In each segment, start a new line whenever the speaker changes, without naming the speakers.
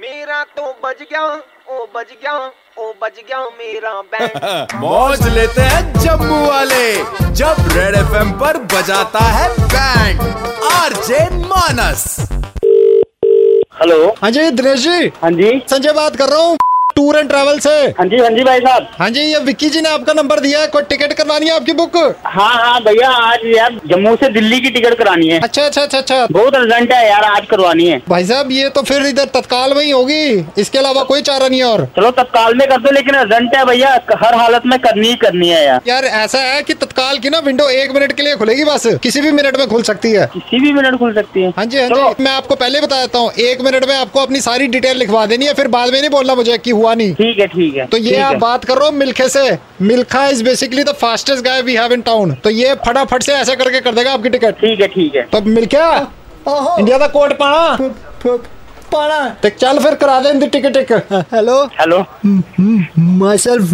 मेरा तो बज गया ओ बज गया ओ बज गया मेरा बैंड
मौज लेते हैं जम्मू वाले जब रेड एफएम पर बजाता है बैंड आरजे मानस
हेलो
हाँ जी दिनेश जी
हाँ जी
संजय बात कर रहा हूँ टूर एंड ट्रैवल से
हाँ जी हाँ जी भाई साहब
हाँ जी ये विक्की जी ने आपका नंबर दिया है कोई टिकट करवानी है आपकी बुक
हाँ हाँ भैया आज यार जम्मू से दिल्ली की टिकट करानी है
अच्छा अच्छा अच्छा अच्छा
बहुत अर्जेंट है यार आज करवानी है
भाई साहब ये तो फिर इधर तत्काल में ही होगी इसके अलावा कोई चारा नहीं है और
चलो तत्काल में कर दो लेकिन अर्जेंट है भैया हर हालत में करनी ही करनी है यार
यार ऐसा है कि तत्काल की ना विंडो एक मिनट के लिए खुलेगी बस किसी भी मिनट में खुल सकती है
किसी भी मिनट खुल सकती है
हाँ जी हाँ
चलो
जी मैं आपको पहले बता देता हूँ एक मिनट में आपको अपनी सारी डिटेल लिखवा देनी है फिर बाद में नहीं बोलना मुझे कि हुआ नहीं
ठीक है ठीक है
तो ये
ठीक
आप
है।
बात कर रहे हो मिल्खे से Milkha is basically the fastest guy we have in town तो ये फटाफट से ऐसा करके कर देगा आपकी तो टिकट
ठीक है ठीक है
ਤਾਂ ਮਿਲ ਗਿਆ
हाँ।
ਓਹੋ
ਇੰਡੀਆ ਦਾ ਕੋਟ ਪਾਣਾ
ਪਾਣਾ
ਤੇ ਚੱਲ ਫਿਰ ਕਰਾ ਦੇ ਇਹਦੀ ਟਿਕਟ ਇੱਕ
ਹੈਲੋ
हेलो
माइसेल्फ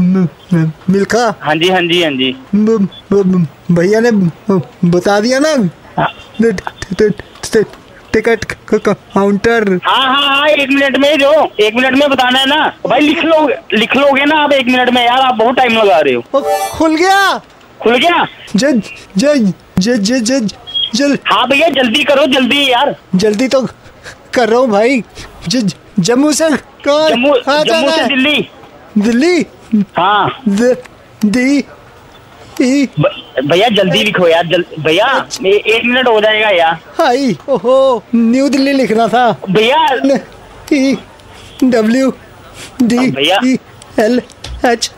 मिल्खा
हाँ जी हाँ जी हाँ जी
ब- ब- ब- भैया ने ब- बता दिया ना ट- ट- ट- ट- टिकट क- क- काउंटर
हाँ हाँ हाँ एक मिनट में ही दो एक मिनट में बताना है ना भाई लिख लो लिख लोगे ना आप एक मिनट में यार आप बहुत टाइम लगा रहे हो
ओ, खुल गया
खुल गया
जे जे जे जे जे जल
हाँ भैया जल्दी करो जल्दी यार
जल्दी तो कर रहा हूँ भाई जे जम्मू से कहाँ
जम्मू
कहाँ
जम्मू
हाँ, जाना
से
है
दिल्ली
दिल्ली
हाँ
द- दी ई
भ- भैया जल्दी लिखो यार जल, भैया ए, एक मिनट हो जाएगा यार
हाई ओहो न्यू दिल्ली लिखना था
भैया
N E W D
भैया।
E L H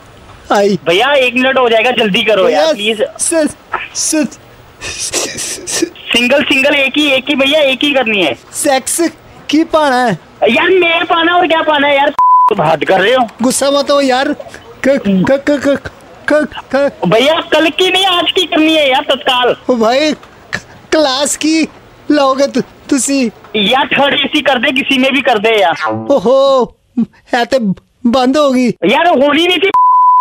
I
भैया एक मिनट हो जाएगा जल्दी करो यार प्लीज
सिर्फ सिर्फ
सिंगल सिंगल एक ही एक ही भैया एक ही करनी है
सेक्स की पाना है
यार मैं पाना और क्या पाना है यार बात कर रहे हो
गुस्सा मत हो यार क क क क क क
भैया कल की नहीं आज की करनी है यार तत्काल
ओ भाई क- क्लास की लाओगे तु- तुसी
यार थर्ड एसी कर दे किसी में भी कर दे यार
ओहो है तो बंद होगी
यार होनी नहीं थी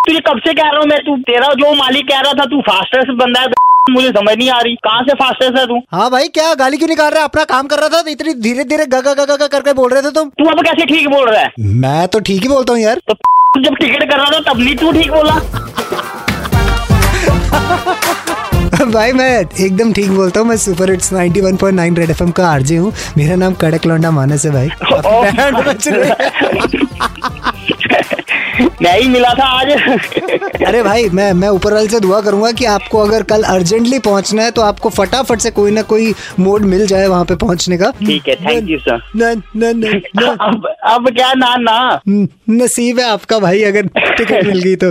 तुझे कब से कह रहा हूँ मैं तू तेरा जो मालिक कह रहा था तू फास्टेस्ट बंदा है मुझे समझ नहीं आ रही कहाँ से फास्टेस्ट है तू
हाँ भाई क्या गाली क्यों निकाल रहा है अपना काम कर रहा था तो इतनी धीरे धीरे गगा गगा गगा करके बोल रहे थे तुम
तू अब कैसे ठीक बोल रहा है
मैं तो ठीक ही बोलता हूँ यार
तो जब टिकट कर रहा था तब नहीं तू ठीक बोला
भाई मैं एकदम ठीक बोलता हूँ मैं सुपर हिट्स 91.9 रेड एफएम का आरजे हूँ मेरा नाम कड़क लौंडा मानस है भाई
ओ,
बैंड बज रहे हैं।
नहीं मिला था आज
अरे भाई मैं मैं ऊपर वाले से दुआ करूंगा कि आपको अगर कल अर्जेंटली पहुंचना है तो आपको फटाफट से कोई ना कोई मोड मिल जाए वहां पे पहुंचने का
ठीक है थैंक यू सर
न, न, न, न,
अब अब क्या ना ना
न, नसीब है आपका भाई अगर टिकट मिल गई तो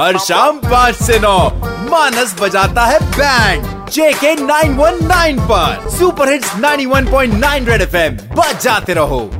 हर शाम पाँच से नौ मानस बजाता है बैंड जेके 919 पर सुपर हिट्स 91.9 रेड एफएम बजाते रहो